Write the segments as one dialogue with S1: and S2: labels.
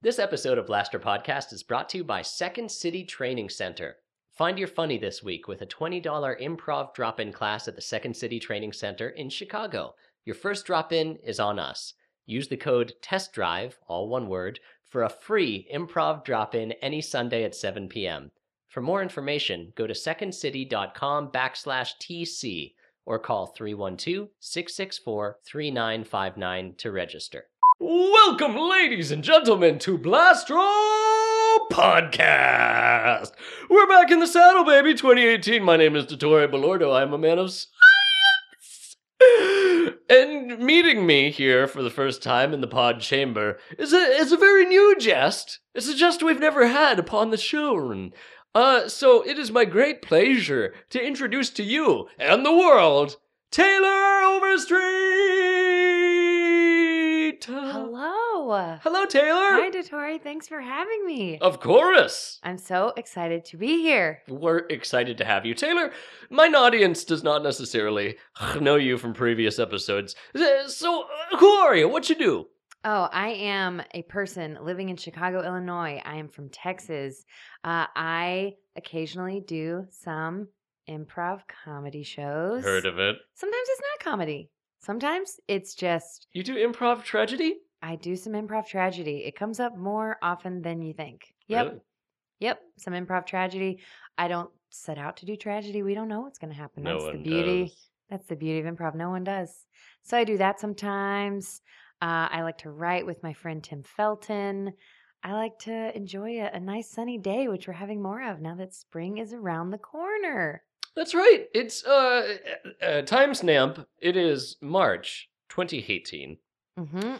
S1: This episode of Blaster Podcast is brought to you by Second City Training Center. Find your funny this week with a $20 improv drop in class at the Second City Training Center in Chicago. Your first drop in is on us. Use the code TESTDRIVE, all one word, for a free improv drop in any Sunday at 7 p.m. For more information, go to secondcity.com backslash TC or call 312 664 3959 to register. Welcome, ladies and gentlemen, to Blastro Podcast. We're back in the saddle, baby, 2018. My name is Dottore Belordo. I'm a man of science. And meeting me here for the first time in the pod chamber is a, is a very new jest. It's a jest we've never had upon the show. And, Uh, so it is my great pleasure to introduce to you and the world Taylor Overstreet.
S2: Hello.
S1: Oh. Hello, Oh. Taylor.
S2: Hi, Dottore. Thanks for having me.
S1: Of course.
S2: I'm so excited to be here.
S1: We're excited to have you. Taylor, my audience does not necessarily know you from previous episodes. So, uh, who are you? What you do?
S2: Oh, I am a person living in Chicago, Illinois. I am from Texas. Uh, I occasionally do some improv comedy shows.
S1: Heard of it.
S2: Sometimes it's not comedy. Sometimes it's just
S1: You do improv tragedy?
S2: I do some improv tragedy. It comes up more often than you think. Yep.
S1: Really?
S2: Yep, some improv tragedy. I don't set out to do tragedy. We don't know what's going to happen.
S1: No
S2: That's
S1: one
S2: the beauty.
S1: does.
S2: That's the beauty of improv. No one does. So I do that sometimes. Uh, I like to write with my friend Tim Felton. I like to enjoy a, a nice sunny day, which we're having more of now that spring is around the corner.
S1: That's right. It's uh, uh, uh timestamp. It is March 2018.
S2: hmm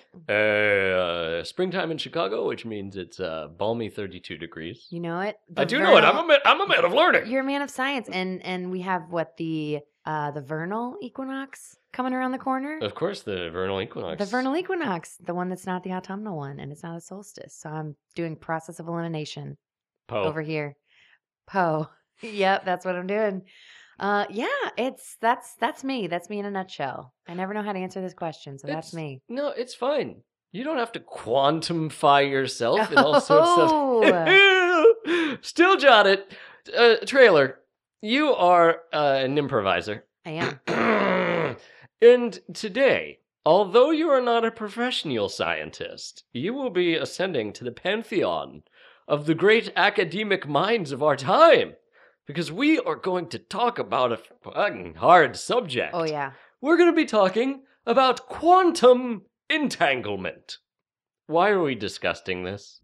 S1: Uh, springtime in Chicago, which means it's uh balmy 32 degrees.
S2: You know it.
S1: I
S2: The
S1: do know it. I'm
S2: vernal-
S1: a man, I'm a man of learning.
S2: You're a man of science, and and we have what the uh, the vernal equinox coming around the corner.
S1: Of course, the vernal equinox.
S2: The vernal equinox, the one that's not the autumnal one, and it's not a solstice. So I'm doing process of elimination
S1: Poe.
S2: over here. Poe. yep, that's what I'm doing. Uh, yeah, it's that's that's me. That's me in a nutshell. I never know how to answer this question, so that's
S1: It's-
S2: me.
S1: No, it's fine. You don't have to quantumify yourself and all sorts
S2: Oh,
S1: of. Still jot it. Uh, trailer, you are uh, an improviser.
S2: I am.
S1: and today, although you are not a professional scientist, you will be ascending to the pantheon of the great academic minds of our time. Because we are going to talk about a fucking hard subject
S2: Oh yeah.
S1: we're going to be talking about quantum entanglement. Why are we discussing this?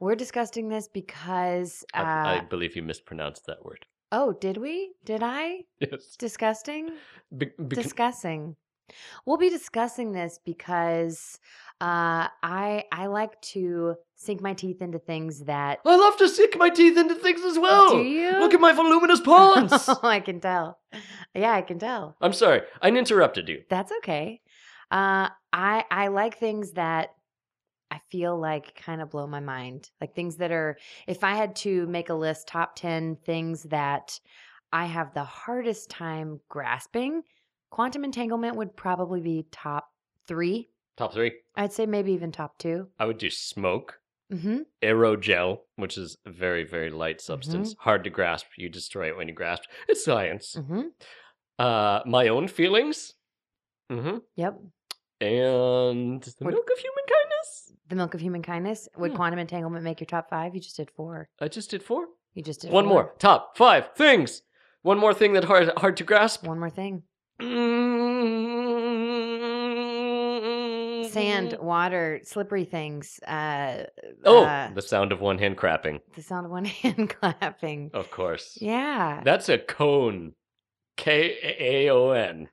S2: We're discussing this because uh,
S1: I, I believe you mispronounced that word.
S2: oh, did we? Did I?
S1: Yes.
S2: Disgusting.
S1: Be- be-
S2: discussing. We'll be discussing this because uh, I I like to sink my teeth into things that uh,
S1: I love to sink my teeth into things as well.
S2: do you
S1: Oh, Look at my voluminous pawns.
S2: I can tell. Yeah, I can tell.
S1: I'm sorry, I interrupted you.
S2: That's okay. Uh, I I like things that I feel like kind of blow my mind. Like things that are if I had to make a list top 10 things that I have the hardest time grasping, quantum entanglement would probably be top 3
S1: Top three.
S2: I'd say maybe even top 2
S1: I would do smoke,
S2: Mm-hmm.
S1: aerogel, which is a very, very light substance, hard to grasp. You destroy it when you grasp. It's science.
S2: Mm-hmm.
S1: Uh, my own feelings. Mm-hmm.
S2: Yep.
S1: And the
S2: Would-
S1: milk of human kindness.
S2: The milk of human kindness. Would
S1: Hmm.
S2: quantum entanglement make your top five? You just did four.
S1: I just did four.
S2: You just did
S1: One
S2: four.
S1: more. Top five things. One more thing that hard hard to grasp.
S2: One more thing.
S1: Mm,
S2: sand, water, slippery things. Uh,
S1: Oh,
S2: uh,
S1: the sound of one hand crapping.
S2: the sound of one hand clapping.
S1: Of course.
S2: Yeah.
S1: That's a cone. K A O N.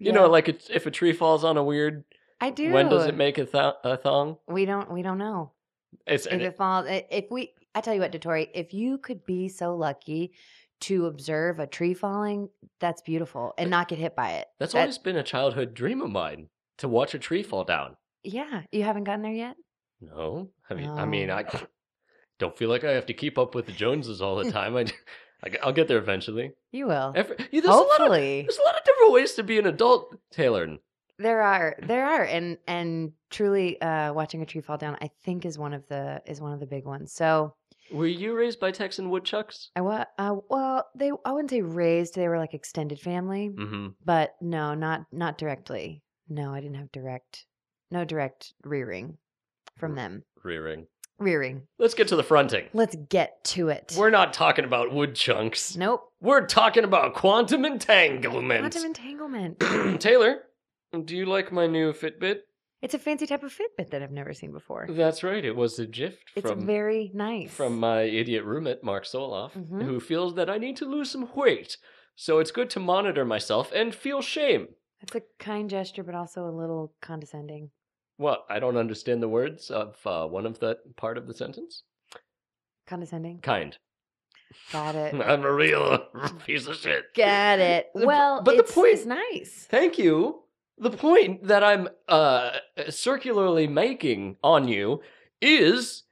S1: You know,
S2: Yeah.
S1: like it's, if a tree falls on a weird,
S2: I do.
S1: when does it make a, th- a thong?
S2: We don't. We don't know.
S1: It's
S2: if it falls i- if we i tell you what Dottori, if you could be so lucky to observe a tree falling that's beautiful and not get hit by it
S1: That's
S2: that-
S1: always been a childhood dream of mine to watch a tree fall down.
S2: yeah you haven't gotten there yet
S1: No, I mean, I mean,
S2: No.
S1: I don't feel like I have to keep up with the Joneses all the time. I, I, will get there eventually.
S2: you will
S1: Every, yeah, there's a lot of,
S2: hopefully
S1: there's a lot of different ways to be an adult, Taylor.
S2: there are there are and and truly uh watching a tree fall down i think is one of the is one of the big ones so
S1: Were you raised by Texan woodchucks?
S2: i wa- uh, well they i wouldn't say raised they were like extended family
S1: Mm-hmm.
S2: but no not not directly no i didn't have direct no direct rearing from
S1: Mm.
S2: them
S1: Rearing.
S2: rearing
S1: Let's get to the fronting.
S2: Let's get to it.
S1: We're not talking about wood chunks.
S2: nope.
S1: We're talking about quantum entanglement.
S2: Quantum entanglement.
S1: Taylor, do you like my new Fitbit?
S2: It's a fancy type of Fitbit that I've never seen before.
S1: That's right. It was a gift
S2: It's
S1: from
S2: very nice.
S1: from my idiot roommate Mark Soloff,
S2: Mhm.
S1: who feels that I need to lose some weight. So it's good to monitor myself and feel shame.
S2: it's a kind gesture, but also a little condescending.
S1: Well, I don't understand the words of uh, one of that part of the sentence.
S2: Condescending.
S1: Kind.
S2: Got it.
S1: I'm a real piece of shit.
S2: Got it.
S1: The-
S2: Well,
S1: but the
S2: it's,
S1: point-
S2: is nice.
S1: Thank you. The point that I'm uh, circularly making on you is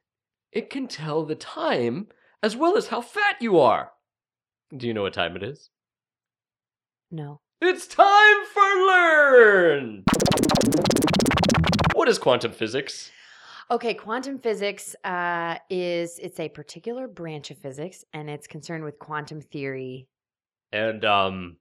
S1: it can tell the time as well as how fat you are. Do you know what time it is?
S2: No.
S1: It's time for learn. What is quantum physics?
S2: Okay, quantum physics uh, is it's a particular branch of physics, and it's concerned with quantum theory.
S1: And um,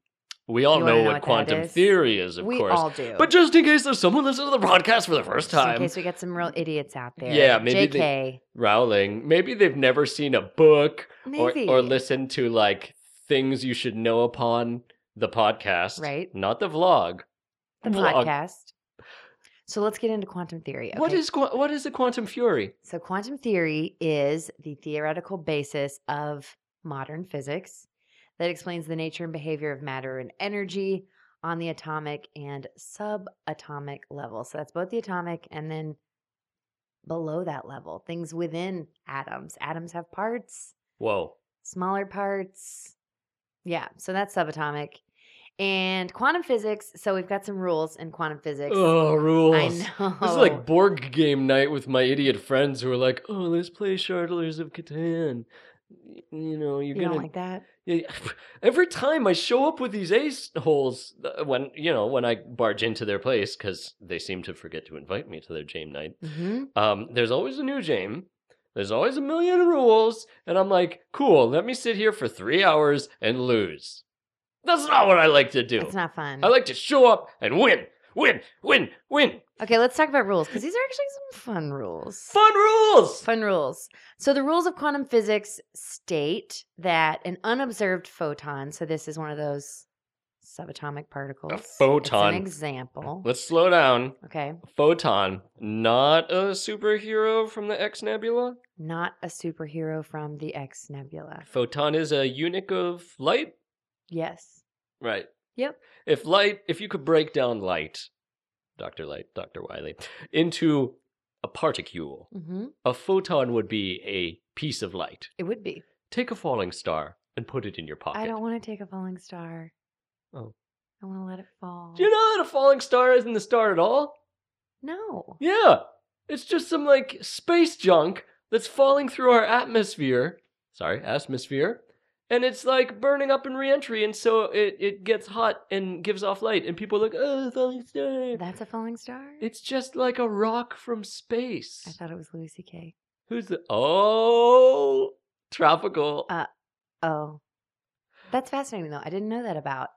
S1: we all
S2: You wanna
S1: know,
S2: know
S1: what,
S2: what that
S1: quantum
S2: is?
S1: theory is, of
S2: we
S1: course.
S2: all do.
S1: But just in case there's someone listening to the broadcast for the first
S2: Just in
S1: time,
S2: case we get some real idiots out there.
S1: Yeah, maybe they-
S2: Jk.
S1: Rowling, maybe they've never seen a book or,
S2: maybe
S1: or listened to like things you should know upon the podcast,
S2: Right.
S1: Not the vlog.
S2: the
S1: Vlog.
S2: podcast. So let's get into quantum theory.
S1: What
S2: okay?
S1: is qua- what is a quantum fury?
S2: So, quantum theory is the theoretical basis of modern physics that explains the nature and behavior of matter and energy on the atomic and subatomic level. So, that's both the atomic and then below that level, things within atoms. Atoms have parts,
S1: Whoa.
S2: smaller parts. Yeah, so that's subatomic. And quantum physics, so we've got some rules in quantum physics.
S1: Oh, rules.
S2: I know.
S1: This is like Borg game night with my idiot friends who are like, "Oh, let's play Shardlers of Catan." Y- You know, you're
S2: you don't
S1: gonna.
S2: like that?
S1: Yeah, Every time I show up with these ace holes, uh, when you know when I barge into their place because they seem to forget to invite me to their game night.
S2: hmm
S1: Um, there's always a new game. There's always a million rules, and I'm like, "Cool, let me sit here for three hours and lose." That's not what I like to do.
S2: It's not fun.
S1: I like to show up and win, win, win, win.
S2: Okay, let's talk about rules because these are actually some fun rules.
S1: Fun rules.
S2: Fun rules. So, the rules of quantum physics state that an unobserved photon, so this is one of those subatomic particles. It's
S1: photon.
S2: an example.
S1: Let's slow down.
S2: Okay.
S1: Photon, not a superhero from the X Nebula.
S2: Not a superhero from the X Nebula.
S1: Photon is a eunuch of light.
S2: Yes.
S1: Right.
S2: Yep.
S1: If light, if you could break down light, Dr. Light, Dr. Wiley, into a particule,
S2: hmm
S1: a photon would be a piece of light.
S2: It would be.
S1: Take a falling star and put it in your pocket.
S2: I don't want to take a falling star.
S1: Oh.
S2: I want to let it fall.
S1: Do you know that a falling star isn't a star at all?
S2: no.
S1: Yeah. It's just some like space junk that's falling through our atmosphere. Sorry, atmosphere. And it's like burning up in reentry, and so it, it gets hot and gives off light, and people are like, oh, falling star.
S2: That's a falling star?
S1: It's just like a rock from space.
S2: I thought it was Louis C.K.
S1: Who's the oh tropical?
S2: Uh, Oh. That's fascinating, though. I didn't know that about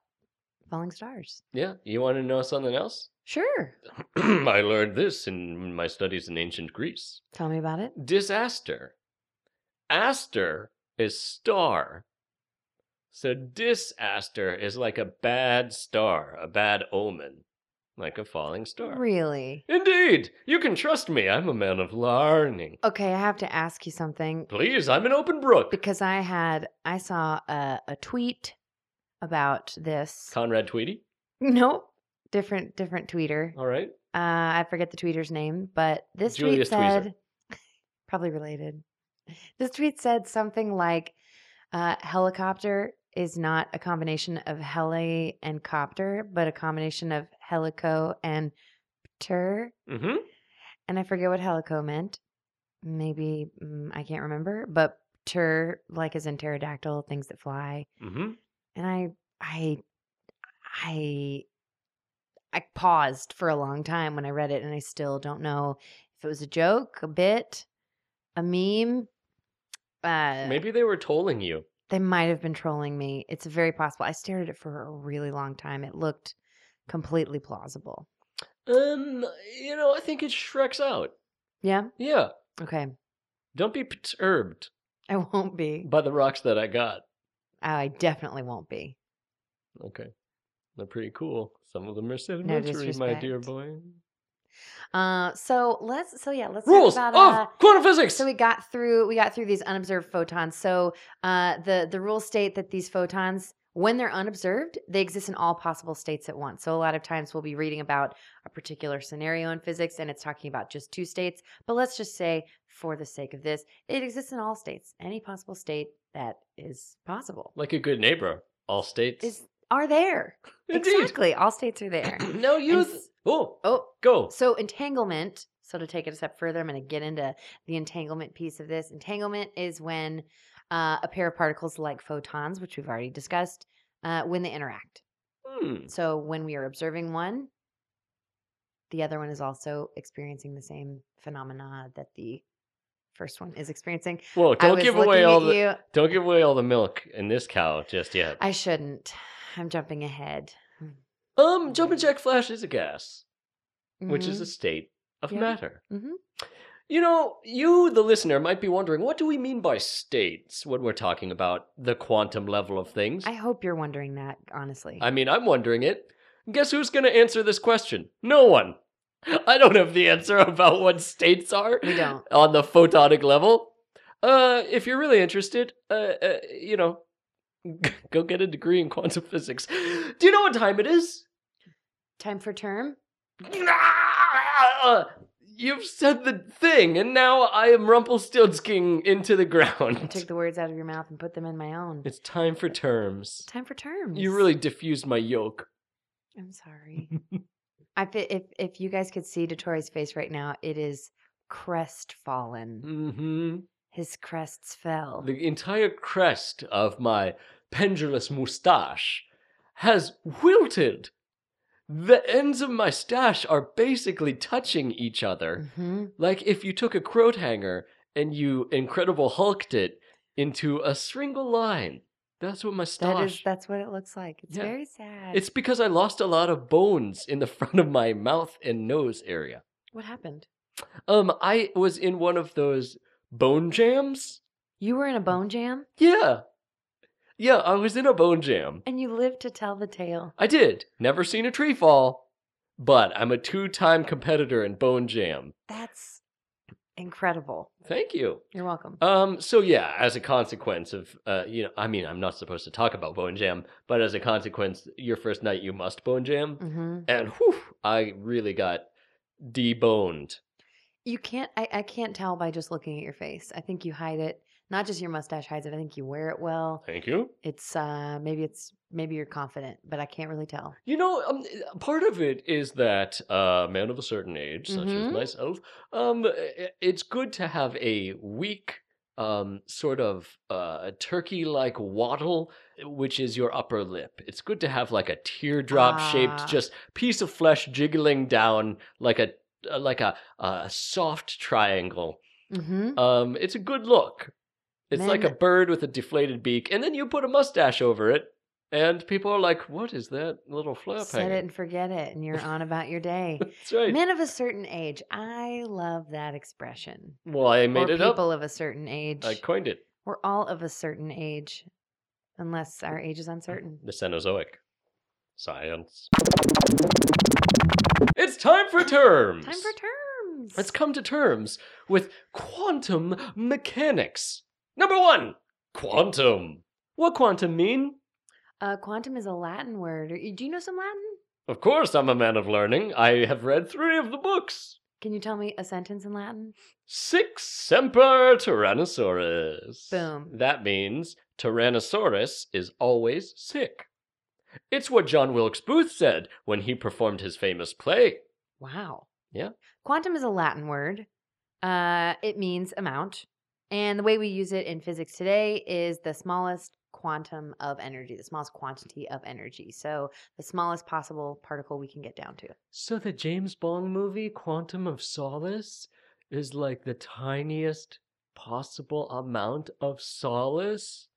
S2: falling stars.
S1: yeah, you want to know something else?
S2: Sure.
S1: I learned this in my studies in ancient Greece.
S2: Tell me about it.
S1: Disaster. Aster is star. So disaster is like a bad star, a bad omen. like a falling star.
S2: Really?
S1: Indeed, you can trust me. I'm a man of learning.
S2: Okay, I have to ask you something
S1: Please, I'm an open book.
S2: because I had I saw a, a tweet about this.
S1: Conrad Tweedy.
S2: Nope. Different different tweeter.
S1: All right.
S2: Uh, I forget the tweeter's name, but this
S1: Julius
S2: tweet
S1: Tweezer.
S2: said probably related. This tweet said something like uh, helicopter is not a combination of heli and copter, but a combination of helico and pter.
S1: Mm-hmm.
S2: and I forget what helico meant. Maybe mm, I can't remember, but pter like is in pterodactyl things that fly,
S1: Mm-hmm.
S2: and I I I I paused for a long time when I read it, and I still don't know if it was a joke, a bit, a meme. Uh,
S1: Maybe they were tolling you.
S2: they might have been trolling me. It's very possible. I stared at it for a really long time. It looked completely plausible.
S1: Um, you know, I think it Shrek's out.
S2: Yeah.
S1: Yeah.
S2: Okay.
S1: Don't be perturbed
S2: I won't be.
S1: by the rocks that I got.
S2: I definitely won't be.
S1: Okay. They're pretty cool. Some of them are
S2: No
S1: sedimentary, my dear
S2: disrespect.
S1: boy.
S2: Uh, so let's so yeah, let's
S1: Rules of
S2: talk about uh,
S1: quantum physics.
S2: so we got through we got through these unobserved photons. So uh, the the rules state that these photons, when they're unobserved, they exist in all possible states at once. So a lot of times we'll be reading about a particular scenario in physics, and it's talking about just two states. But let's just say, for the sake of this, it exists in all states, any possible state that is possible
S1: like a good neighbor, all states.
S2: is are there
S1: Indeed.
S2: exactly all states are there.
S1: no
S2: And
S1: use.
S2: s-
S1: oh,
S2: oh,
S1: go.
S2: So entanglement. So to take it a step further, I'm going to get into the entanglement piece of this. Entanglement is when uh, a pair of particles like photons, which we've already discussed, uh, when they interact.
S1: Hmm.
S2: So when we are observing one, the other one is also experiencing the same phenomena that the first one is experiencing.
S1: Well,
S2: I
S1: don't
S2: was
S1: give away
S2: looking
S1: all
S2: at
S1: the
S2: you.
S1: don't give away all the milk in this cow just yet.
S2: I shouldn't. I'm jumping ahead. Mm-hmm.
S1: um, jumping jack flash is a gas, which is a state of
S2: Yeah.
S1: matter.
S2: Mhm.
S1: You know, you, the listener, might be wondering what do we mean by states when we're talking about the quantum level of things?
S2: I hope you're wondering that, honestly.
S1: I mean, I'm wondering it. Guess who's going to answer this question? No one. I don't have the answer about what states are
S2: we don't.
S1: on the photonic level. Uh, if you're really interested, uh, uh you know, go get a degree in quantum physics. Do you know what time it is?
S2: Time for term.
S1: You've said the thing, and now I am Rumpelstiltskin into the
S2: I
S1: ground.
S2: took the words out of your mouth and put them in my own.
S1: It's time for terms.
S2: Time for terms.
S1: You really diffused my yoke.
S2: I'm sorry. I fe- if if you guys could see Dottori's face right now, it is crestfallen.
S1: hmm
S2: His crests fell.
S1: The entire crest of my pendulous moustache has wilted. The ends of my stache are basically touching each other.
S2: hmm
S1: Like if you took a coat hanger and you incredible hulked it into a single line. That's what my stache.
S2: That is that's what it looks like. It's
S1: Yeah.
S2: very sad.
S1: It's because I lost a lot of bones in the front of my mouth and nose area.
S2: what happened?
S1: Um, I was in one of those bone jams.
S2: You were in a bone jam
S1: Yeah, yeah, I was in a bone jam.
S2: and you lived to tell the tale.
S1: I did. Never seen a tree fall, but I'm a two-time competitor in bone jam.
S2: That's incredible.
S1: Thank you.
S2: You're welcome.
S1: Um, so yeah, as a consequence of, uh, you know, I mean, I'm not supposed to talk about bone jam, but as a consequence, your first night you must bone jam,
S2: hmm
S1: and whew, I really got deboned.
S2: You can't. I, I can't tell by just looking at your face. I think you hide it. Not just your mustache hides it. I think you wear it well.
S1: Thank you.
S2: it's uh maybe it's maybe you're confident but i can't really tell
S1: You know, um, part of it is that uh, man of a certain age, such as
S2: Mhm.
S1: myself, um, i- it's good to have a weak, um, sort of uh, turkey-like waddle, eh, which is your upper lip. It's good to have like a teardrop-shaped,
S2: Ah.
S1: just piece of flesh jiggling down like a uh, like a, a soft triangle.
S2: mm-hmm.
S1: Um, it's a good look. It's like a
S2: Men-
S1: bird with a deflated beak, and then you put a mustache over it, and people are like, "What is that little flap
S2: set it
S1: hanging?"
S2: and forget it and you're on about your day
S1: That's right.
S2: men of a certain age i love that expression
S1: well, I
S2: Or
S1: made it up.
S2: people of a certain age
S1: I coined it.
S2: we're all of a certain age unless our age is uncertain
S1: The Cenozoic. Science. It's time for terms.
S2: Time for terms.
S1: Let's come to terms with quantum mechanics. Number one, quantum. What quantum mean?
S2: Uh, quantum is a Latin word. Are you- Do you know some Latin?
S1: Of course, I'm a man of learning. I have read three of the books.
S2: Can you tell me a sentence in Latin?
S1: Six Semper Tyrannosaurus.
S2: Boom.
S1: That means Tyrannosaurus is always sick. It's what John Wilkes Booth said when he performed his famous play.
S2: Wow.
S1: Yeah.
S2: Quantum is a Latin word. Uh, it means amount. And the way we use it in physics today is the smallest quantum of energy, the smallest quantity of energy. So the smallest possible particle we can get down to.
S1: So the James Bond movie Quantum of Solace is like the tiniest possible amount of solace.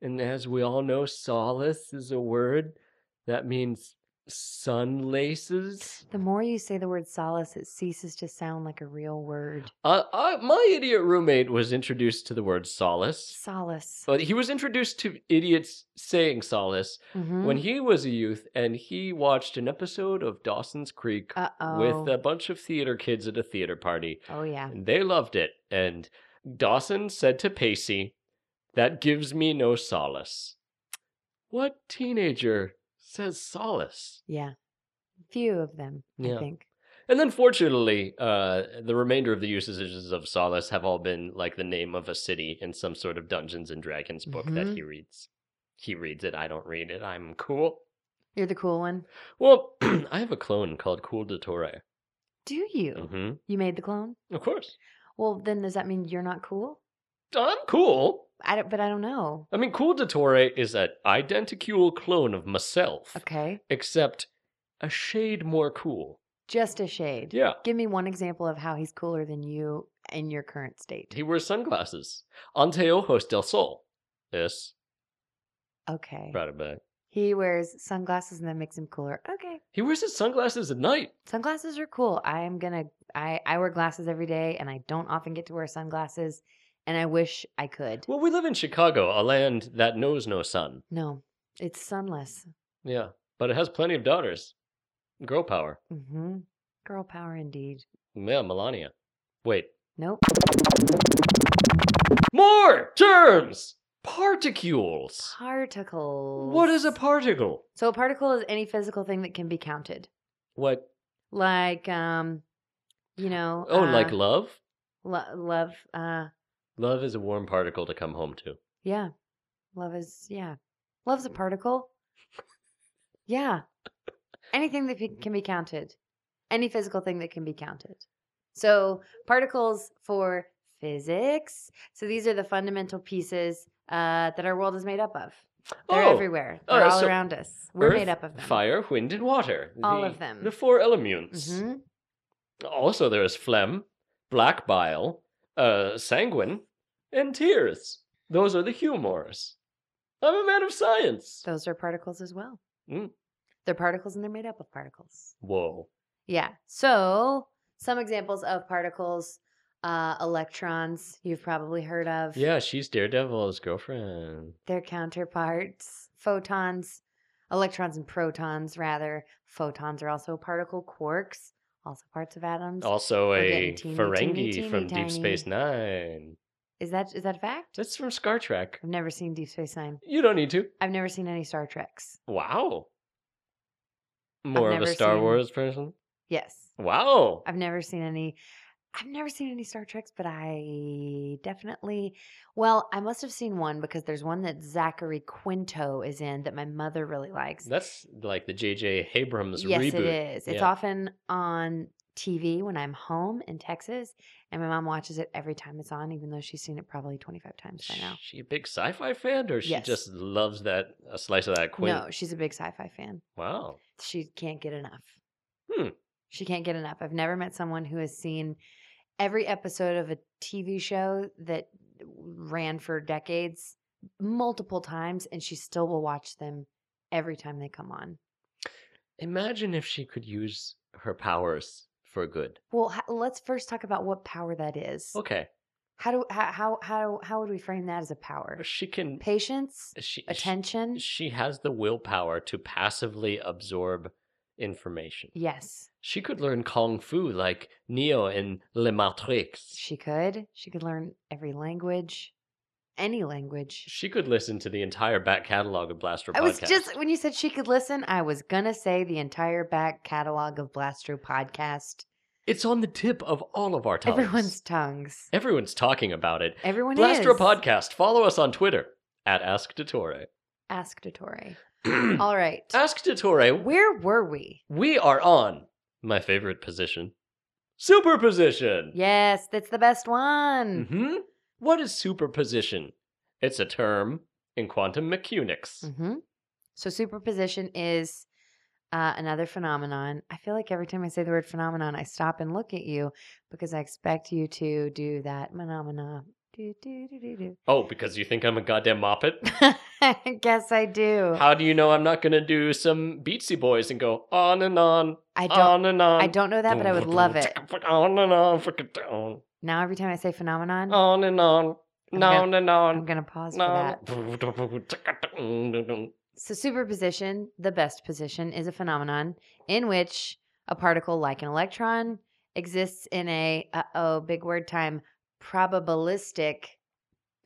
S1: And as we all know, solace is a word that means sun laces.
S2: The more you say the word solace, it ceases to sound like a real word.
S1: Uh, I, my idiot roommate was introduced to the word solace.
S2: Solace.
S1: But he was introduced to idiots saying solace
S2: Mhm.
S1: when he was a youth, and he watched an episode of Dawson's Creek
S2: Uh-oh.
S1: with a bunch of theater kids at a theater party.
S2: oh, yeah.
S1: And they loved it. And Dawson said to Pacey, That gives me no solace. What teenager says solace?
S2: Yeah. Few of them,
S1: Yeah.
S2: I think.
S1: And then, fortunately, uh, the remainder of the usages of solace have all been like the name of a city in some sort of Dungeons and Dragons book that
S2: Mhm.
S1: he reads. He reads it. I don't read it. I'm cool.
S2: You're the cool one.
S1: Well, I have a clone called Cool Dottore.
S2: Do you?
S1: hmm
S2: You made the clone?
S1: Of course.
S2: Well, then does that mean you're not cool?
S1: I'm cool.
S2: I don't, but I don't know.
S1: I mean, Cool Dottore is an identical clone of myself.
S2: Okay.
S1: except a shade more cool.
S2: Just a shade.
S1: Yeah.
S2: Give me one example of how he's cooler than you in your current state.
S1: He wears sunglasses. Ante ojos del sol. Yes.
S2: Okay.
S1: Brought it back.
S2: He wears sunglasses and that makes him cooler. Okay.
S1: He wears his sunglasses at night.
S2: Sunglasses are cool. I am going to I I wear glasses every day and I don't often get to wear sunglasses and I wish I could.
S1: Well, we live in Chicago, a land that knows no sun.
S2: No. It's sunless.
S1: Yeah. But it has plenty of daughters. Girl power.
S2: Mhm. Girl power indeed.
S1: Yeah, Melania. Wait.
S2: Nope.
S1: More terms! Particles.
S2: Particles.
S1: What is a particle?
S2: So a particle is any physical thing that can be counted.
S1: What?
S2: Like um you know
S1: Oh,
S2: uh,
S1: like love?
S2: lo- love uh
S1: Love is a warm particle to come home to.
S2: yeah love is yeah love's a particle yeah anything that pe- can be counted any physical thing that can be counted so particles for physics so these are the fundamental pieces uh, that our world is made up of they're
S1: oh,
S2: everywhere
S1: all
S2: they're
S1: right,
S2: all
S1: so
S2: around us we're
S1: Earth,
S2: made up of them
S1: Fire, wind, and water.
S2: All
S1: The-
S2: of them.
S1: The four elements.
S2: hmm
S1: Also, there is phlegm, black bile, uh, sanguine, and tears. Those are the humors. I'm a man of science.
S2: those are particles as well
S1: Mm.
S2: they're particles and they're made up of particles
S1: Whoa.
S2: Yeah. So some examples of particles, uh, electrons, you've probably heard of.
S1: Yeah, she's Daredevil's girlfriend.
S2: Their counterparts, photons, electrons and protons, rather. Photons are also particle quarks, also parts of atoms.
S1: Also,
S2: We're
S1: a
S2: getting teeny,
S1: Ferengi
S2: teeny, teeny
S1: from
S2: tiny.
S1: Deep Space Nine.
S2: Is that is that a fact?
S1: That's from Star Trek.
S2: I've never seen Deep Space Nine.
S1: You don't need to.
S2: I've never seen any Star Treks.
S1: Wow. More of a
S2: never
S1: Star
S2: seen-
S1: Wars person?
S2: Yes.
S1: Wow.
S2: I've never seen any I've never seen any Star Treks, but I definitely well, I must have seen one because there's one that Zachary Quinto is in that my mother really likes.
S1: That's like the J.J. Abrams
S2: yes,
S1: reboot.
S2: it is. It's
S1: Yeah.
S2: often on TV when I'm home in Texas, and my mom watches it every time it's on, even though she's seen it probably 25 times by now.
S1: She a big sci-fi fan, or she
S2: Yes.
S1: just loves that a slice of that Quinn?
S2: No, she's a big sci-fi fan.
S1: Wow.
S2: she can't get enough.
S1: Hmm.
S2: She can't get enough. I've never met someone who has seen every episode of a TV show that ran for decades multiple times, and she still will watch them every time they come on.
S1: Imagine if she could use her powers for good.
S2: Well, h- let's first talk about what power that is.
S1: Okay.
S2: How do how how how, how would we frame that as a power?
S1: She can.
S2: Patience,
S1: She, she,
S2: attention.
S1: she has the willpower to passively absorb information.
S2: yes,
S1: She could learn kung fu like Neo in Le Matrix.
S2: she could. She could learn every language, any language.
S1: She could listen to the entire back catalog of Blaster
S2: I was
S1: Podcast.
S2: just when you said she could listen, I was gonna say the entire back catalog of Blaster podcast.
S1: It's on the tip of all of our tongues.
S2: Everyone's tongues.
S1: Everyone's talking about it.
S2: Everyone
S1: Blaster
S2: is.
S1: Podcast. Follow us on Twitter at Ask Dottore.
S2: Ask Dottore. All right.
S1: Ask Dottore.
S2: Where were we?
S1: We are on my favorite position, superposition.
S2: Yes, that's the best one.
S1: Mm-hmm. What is superposition? It's a term in quantum mechanics.
S2: Mm-hmm. So superposition is uh, another phenomenon. I feel like every time I say the word phenomenon, I stop and look at you because I expect you to do that phenomena. Do, do, do, do, do.
S1: Oh, because you think I'm a goddamn moppet?
S2: I guess I do.
S1: How do you know I'm not going to do some Beatsy Boys and go on and on,
S2: I don't.
S1: on and on?
S2: I don't know that, but I would love it.
S1: On and on, frickin' down,
S2: Now every time I say phenomenon,
S1: on and on,
S2: I'm
S1: on
S2: gonna-
S1: and
S2: I'm
S1: on.
S2: gonna pause for
S1: on.
S2: that. So, superposition, the best position, is a phenomenon in which a particle like an electron exists in a, uh oh, big word time, probabilistic.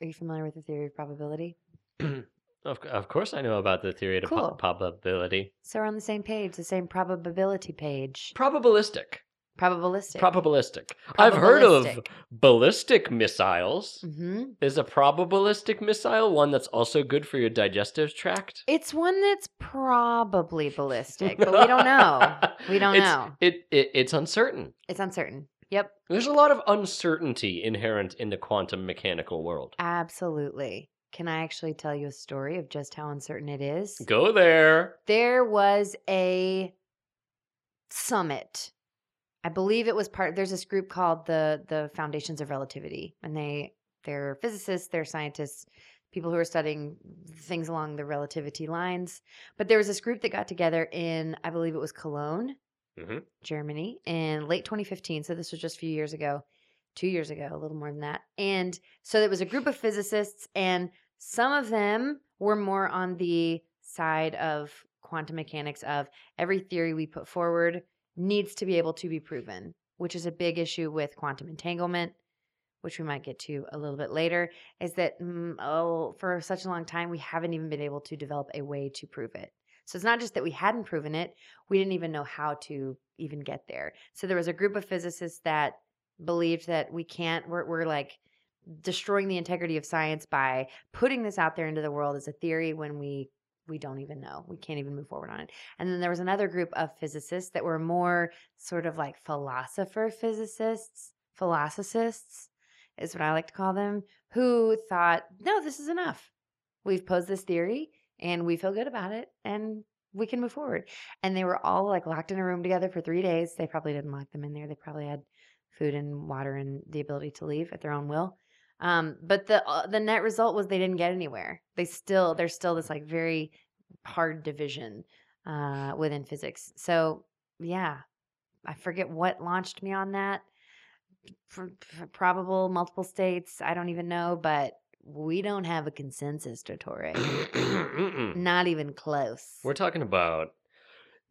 S2: Are you familiar with the theory of probability?
S1: Of, of course, I know about the theory of
S2: Cool.
S1: po- probability.
S2: So, we're on the same page, the same probability page.
S1: Probabilistic.
S2: Probabilistic.
S1: Probabilistic. I've heard of
S2: Probabilistic.
S1: ballistic missiles.
S2: Mhm.
S1: Is a probabilistic missile one that's also good for your digestive tract?
S2: It's one that's probably ballistic, but we don't know. We don't
S1: It's-
S2: know.
S1: It, it it's uncertain.
S2: It's uncertain. Yep,
S1: There's a lot of uncertainty inherent in the quantum mechanical world.
S2: absolutely. Can I actually tell you a story of just how uncertain it is?
S1: Go there.
S2: there was a summit. I believe it was part there's this group called the the Foundations of Relativity and they they're physicists, they're scientists, people who are studying things along the relativity lines. But there was this group that got together in I believe it was Cologne,
S1: Mhm.
S2: Germany in late 2015, so this was just a few years ago. 2 years ago, a little more than that. And so there was a group of physicists and some of them were more on the side of quantum mechanics of every theory we put forward needs to be able to be proven, which is a big issue with quantum entanglement, which we might get to a little bit later, is that mm, oh, for such a long time we haven't even been able to develop a way to prove it. So it's not just that we hadn't proven it, we didn't even know how to even get there. So there was a group of physicists that believed that we can't we're, we're like destroying the integrity of science by putting this out there into the world as a theory when we we don't even know we can't even move forward on it and then there was another group of physicists that were more sort of like philosopher physicists philosophists is what i like to call them who thought no this is enough we've posed this theory and we feel good about it and we can move forward and they were all like locked in a room together for three days they probably didn't lock them in there they probably had food and water and the ability to leave at their own will. Um, but the uh, the net result was they didn't get anywhere. They still there's still this like very hard division uh, within physics. So yeah, I forget what launched me on that. Pr- pr- probable multiple states. I don't even know, but we don't have a consensus, Dottore.
S1: Mm-mm.
S2: Not even close.
S1: Hmm. We're talking about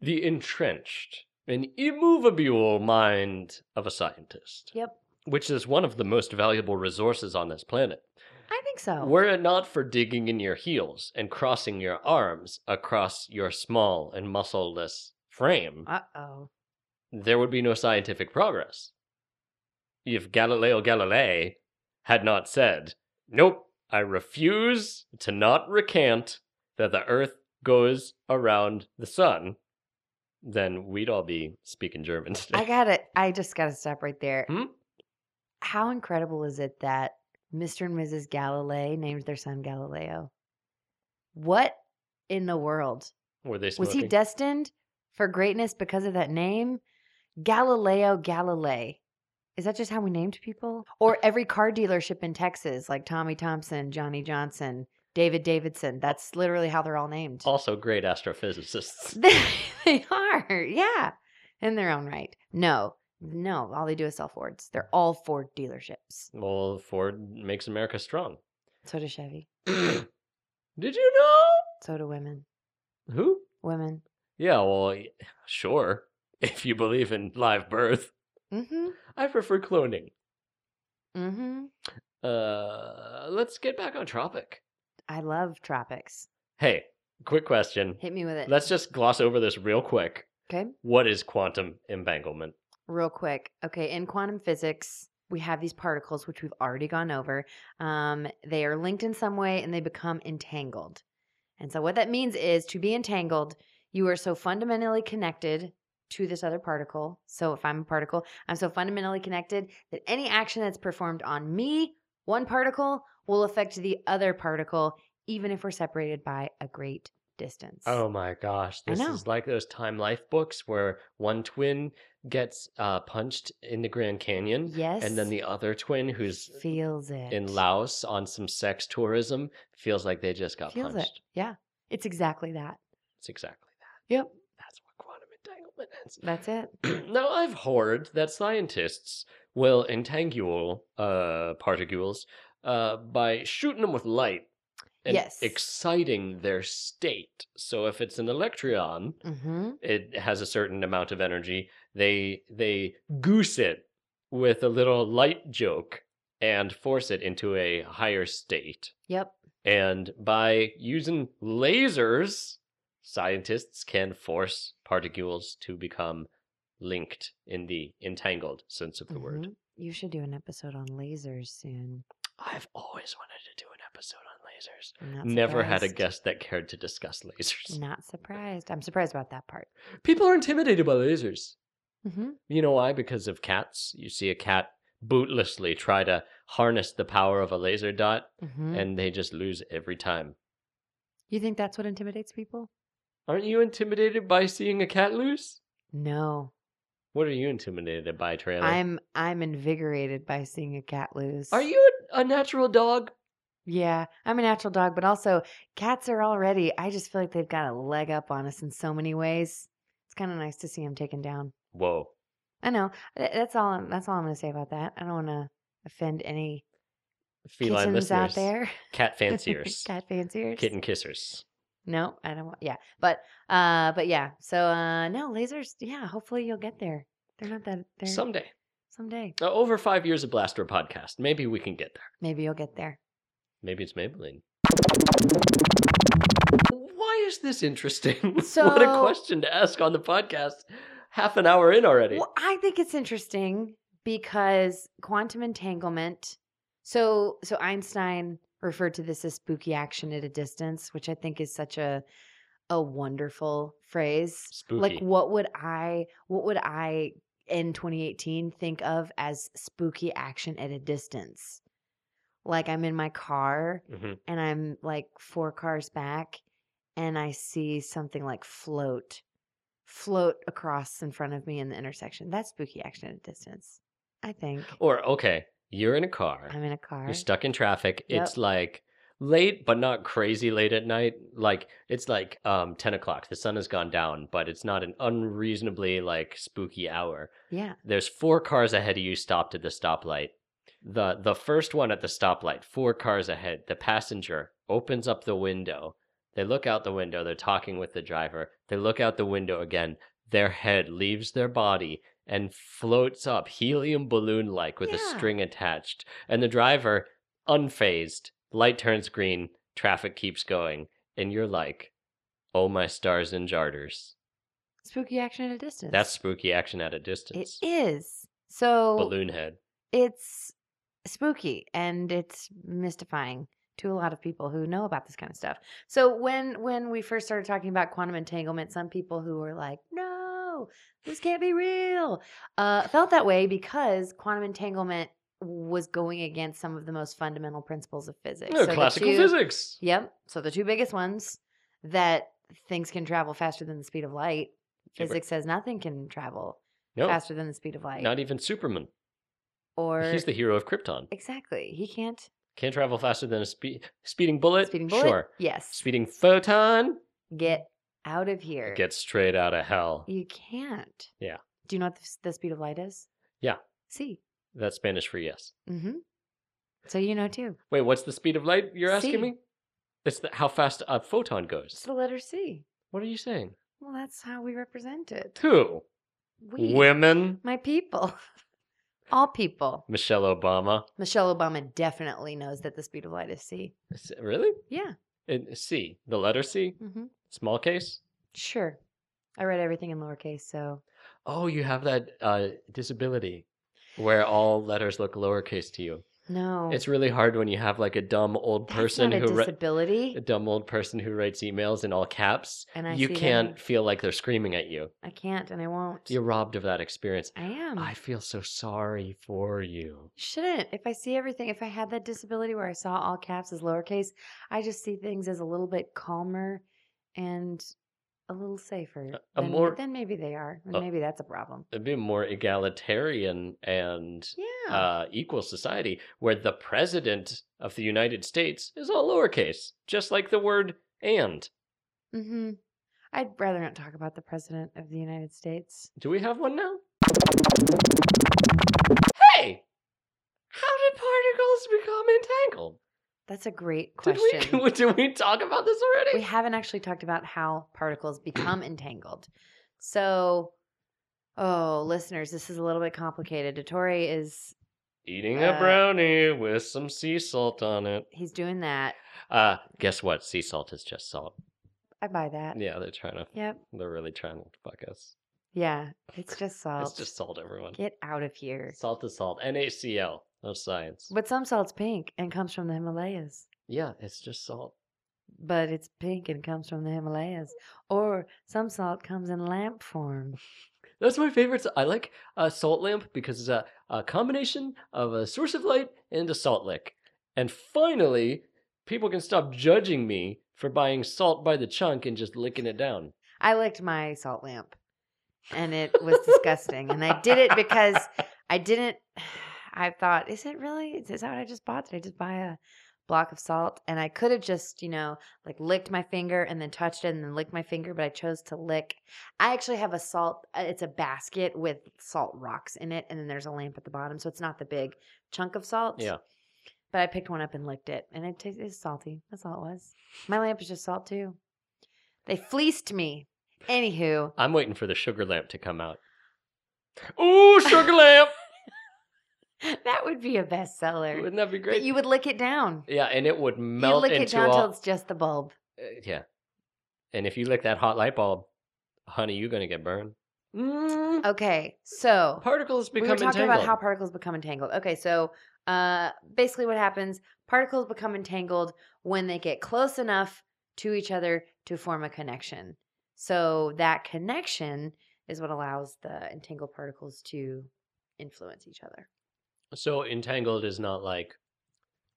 S1: the entrenched and immovable mind of a scientist,
S2: yep,
S1: which is one of the most valuable resources on this planet.
S2: I think so.
S1: Were it not for digging in your heels and crossing your arms across your small and muscleless frame,
S2: uh oh.
S1: there would be no scientific progress. If Galileo Galilei had not said, Nope, I refuse to not recant that the Earth goes around the sun, then we'd all be speaking German today.
S2: I gotta. I just gotta stop right there.
S1: Hmm?
S2: How incredible is it that Mr. and Mrs. Galilei named their son Galileo? What in the world
S1: Were they
S2: was
S1: smoking?
S2: he destined for greatness because of that name? Galileo Galilei. Is that just how we named people? Or every car dealership in Texas, like Tommy Thompson, Johnny Johnson, David Davidson. That's literally how they're all named.
S1: also great astrophysicists.
S2: They, they are, yeah, in their own right. No, No, all they do is sell Fords. They're all Ford dealerships.
S1: Well, Ford makes America strong.
S2: So do Chevy.
S1: Did you know?
S2: So do women.
S1: Who?
S2: Women.
S1: Yeah, well, y- sure. If you believe in live birth,
S2: Mm-hmm.
S1: I prefer cloning.
S2: Mm-hmm.
S1: Uh, let's get back on topic.
S2: I love tropics.
S1: Hey, quick question.
S2: Hit me with it.
S1: Let's just gloss over this real quick.
S2: okay.
S1: What is quantum entanglement?
S2: real quick. Okay, in quantum physics, we have these particles, which we've already gone over. Um, they are linked in some way and they become entangled. And so, what that means is to be entangled, you are so fundamentally connected to this other particle. So, if I'm a particle, I'm so fundamentally connected that any action that's performed on me, one particle, will affect the other particle, even if we're separated by a great distance.
S1: Oh my gosh,
S2: I
S1: this
S2: know.
S1: is like those Time Life books where one twin gets uh, punched in the Grand Canyon,
S2: yes.
S1: and then the other twin who's
S2: feels it
S1: in Laos on some sex tourism feels like they just got
S2: feels
S1: punched.
S2: it. Yeah, it's exactly that.
S1: It's exactly that.
S2: Yep.
S1: That's what quantum entanglement is.
S2: That's it.
S1: now I've heard that scientists will entangle uh, particles uh, by shooting them with light and
S2: Yes.
S1: exciting their state. So if it's an electron,
S2: Mm-hmm.
S1: it has a certain amount of energy. They they goose it with a little light joke and force it into a higher state.
S2: Yep.
S1: And by using lasers, scientists can force particles to become linked in the entangled sense of the word.
S2: Mhm. You should do an episode on lasers soon.
S1: Mm-hmm. I've always wanted to do an episode on
S2: I'm not
S1: lasers. Mm-hmm. Never had a
S2: surprised.
S1: guest that cared to discuss lasers.
S2: Not surprised. I'm surprised about that part.
S1: People are intimidated by lasers.
S2: Mm-hmm.
S1: You know why? Because of cats. You see a cat bootlessly try to harness the power of a laser dot,
S2: Mm-hmm.
S1: and they just lose every time.
S2: you think that's what intimidates people?
S1: Aren't you intimidated by seeing a cat lose?
S2: No,
S1: What are you intimidated by, Trailer?
S2: I'm I'm invigorated by seeing a cat lose.
S1: Are you a, a natural dog?
S2: Yeah, I'm a natural dog, but also cats are already. I just feel like they've got a leg up on us in so many ways. It's kind of nice to see them taken down.
S1: Whoa.
S2: I know. Th- That's all. I'm- That's all I'm going to say about that. I don't want to offend any
S1: Feline
S2: kittens
S1: listeners.
S2: out there.
S1: Cat fanciers.
S2: cat fanciers.
S1: Kitten kissers.
S2: No, I don't want. Yeah, but uh, but yeah. So uh, no lasers. Yeah, hopefully you'll get there. They're not that. They're
S1: Someday.
S2: someday.
S1: Uh, over five years of Blaster podcast. Maybe we can get there.
S2: Maybe you'll get there.
S1: Maybe it's Maybelline. Why is this interesting? what a
S2: So-
S1: question to ask on the podcast. Half an hour in already.
S2: Well, I think it's interesting because quantum entanglement. So so Einstein referred to this as spooky action at a distance, which I think is such a a wonderful phrase.
S1: Spooky.
S2: like what would i what would i in 2018 think of as spooky action at a distance like i'm in my car
S1: Mhm.
S2: and i'm like four cars back and i see something like float float across in front of me in the intersection that's spooky action at a distance i think
S1: Or, okay, you're in a car.
S2: i'm in a car
S1: You're stuck in traffic.
S2: Yep.
S1: It's like late, but not crazy late at night. Like it's like um ten o'clock. The sun has gone down, but it's not an unreasonably like spooky hour.
S2: yeah
S1: There's four cars ahead of you stopped at the stoplight. The the first one at the stoplight, four cars ahead, the passenger opens up the window. They look out the window, they're talking with the driver. They look out the window again. Their head leaves their body and floats up helium balloon like with a
S2: Yeah.
S1: string attached. And the driver, unfazed, light turns green, traffic keeps going, and you're like, "Oh my stars and garters."
S2: spooky action at a distance
S1: That's spooky action at a
S2: it
S1: distance.
S2: is so
S1: Balloon head.
S2: it's spooky and it's mystifying to a lot of people who know about this kind of stuff. So when when we first started talking about quantum entanglement, some people who were like, "No, this can't be real," uh, felt that way because quantum entanglement was going against some of the most fundamental principles of physics.
S1: Yeah,
S2: So the
S1: classical
S2: two-
S1: physics.
S2: Yep. So the two biggest ones that things can travel faster than the speed of light.
S1: Yeah, but-
S2: Physics says nothing can travel
S1: No,
S2: faster than the speed of light.
S1: not even Superman.
S2: or
S1: He's the hero of Krypton.
S2: exactly, he can't
S1: Can't travel faster than a spe- speeding bullet.
S2: Speeding bullet?
S1: Sure.
S2: Yes.
S1: Speeding photon.
S2: Get out of here.
S1: Get straight out of hell.
S2: you can't.
S1: Yeah.
S2: Do you know what the, the speed of light is?
S1: Yeah.
S2: See.
S1: That's Spanish for yes.
S2: Mm-hmm. So you know too.
S1: Wait, what's the speed of light you're asking
S2: C.
S1: me? It's the, how fast a photon
S2: It's
S1: goes.
S2: the letter C.
S1: What are you saying?
S2: Well, that's how we represent it.
S1: Who?
S2: We.
S1: Women?
S2: My people. All people.
S1: Michelle Obama.
S2: Michelle Obama definitely knows that the speed of light is C.
S1: S- Really?
S2: Yeah.
S1: And C, the letter C,
S2: Mm-hmm.
S1: small case.
S2: Sure. I read everything in lowercase, so
S1: Oh, you have that uh, disability where all letters look lowercase to you.
S2: no.
S1: It's really hard when you have like a dumb old
S2: That's
S1: person
S2: not a
S1: who wri-
S2: disability.
S1: a dumb old person who writes emails in all caps.
S2: and I
S1: you
S2: see them.
S1: can't feel like they're screaming at you.
S2: I can't, and I won't.
S1: You're robbed of that experience.
S2: I am.
S1: I feel so sorry for you.
S2: shouldn't. If I see everything, if I had that disability where I saw all caps as lowercase, I just see things as a little bit calmer and a little safer.
S1: a
S2: than,
S1: more-
S2: than maybe they are. And
S1: a-
S2: maybe that's a problem.
S1: It'd be a more egalitarian and
S2: Yeah.
S1: uh, equal society where the president of the United States is all lowercase, just like the word and.
S2: mm-hmm. I'd rather not talk about the president of the United States.
S1: Do we have one now? Hey! How did particles become entangled?
S2: That's a great
S1: Did
S2: question.
S1: we, did we talk about this
S2: we
S1: already?
S2: haven't actually talked about how particles become entangled. So, oh, listeners, this is a little bit complicated. Dottori is
S1: Eating
S2: Uh,
S1: a brownie with some sea salt on it.
S2: he's doing that.
S1: Uh, guess what? Sea salt is just salt.
S2: I buy that.
S1: Yeah, they're trying to,
S2: Yep.
S1: they're really trying to fuck us.
S2: Yeah. It's just salt.
S1: It's just salt, everyone.
S2: Get out of here.
S1: Salt is salt. NaCl. No science.
S2: But some salt's pink and comes from the Himalayas.
S1: Yeah, it's just salt.
S2: But it's pink and comes from the Himalayas. Or some salt comes in lamp form.
S1: That's my favorite. s- I like a salt lamp because it's a, a combination of a source of light and a salt lick. And finally, people can stop judging me for buying salt by the chunk and just licking it down.
S2: I licked my salt lamp and it was disgusting. and I did it because I didn't, I thought, is it really? Is this what I just bought? Did I just buy a block of salt? And I could have just, you know, like licked my finger and then touched it and then licked my finger, but I chose to lick. I actually have a salt, uh, it's a basket with salt rocks in it. And then there's a lamp at the bottom. So it's not the big chunk of salt.
S1: Yeah.
S2: But I picked one up and licked it, and it tastes it's salty. That's all it was. My lamp is just salt too. They fleeced me. Anywho,
S1: I'm waiting for the sugar lamp to come out. Ooh, sugar lamp!
S2: that would be a bestseller.
S1: Wouldn't that be
S2: But
S1: great?
S2: you would lick it down.
S1: yeah, and it would
S2: You
S1: melt
S2: lick it
S1: into
S2: down till
S1: all.
S2: it's just the bulb.
S1: Uh, yeah, and if you lick that hot light bulb, honey, you're gonna get burned. Mm.
S2: Okay, so
S1: Particles
S2: Oh. we
S1: become
S2: were talking
S1: entangled.
S2: about how particles become entangled. Okay, so uh, basically what happens? Particles become entangled when they get close enough to each other to form a connection. So that connection is what allows the entangled particles to influence each other.
S1: So entangled is not like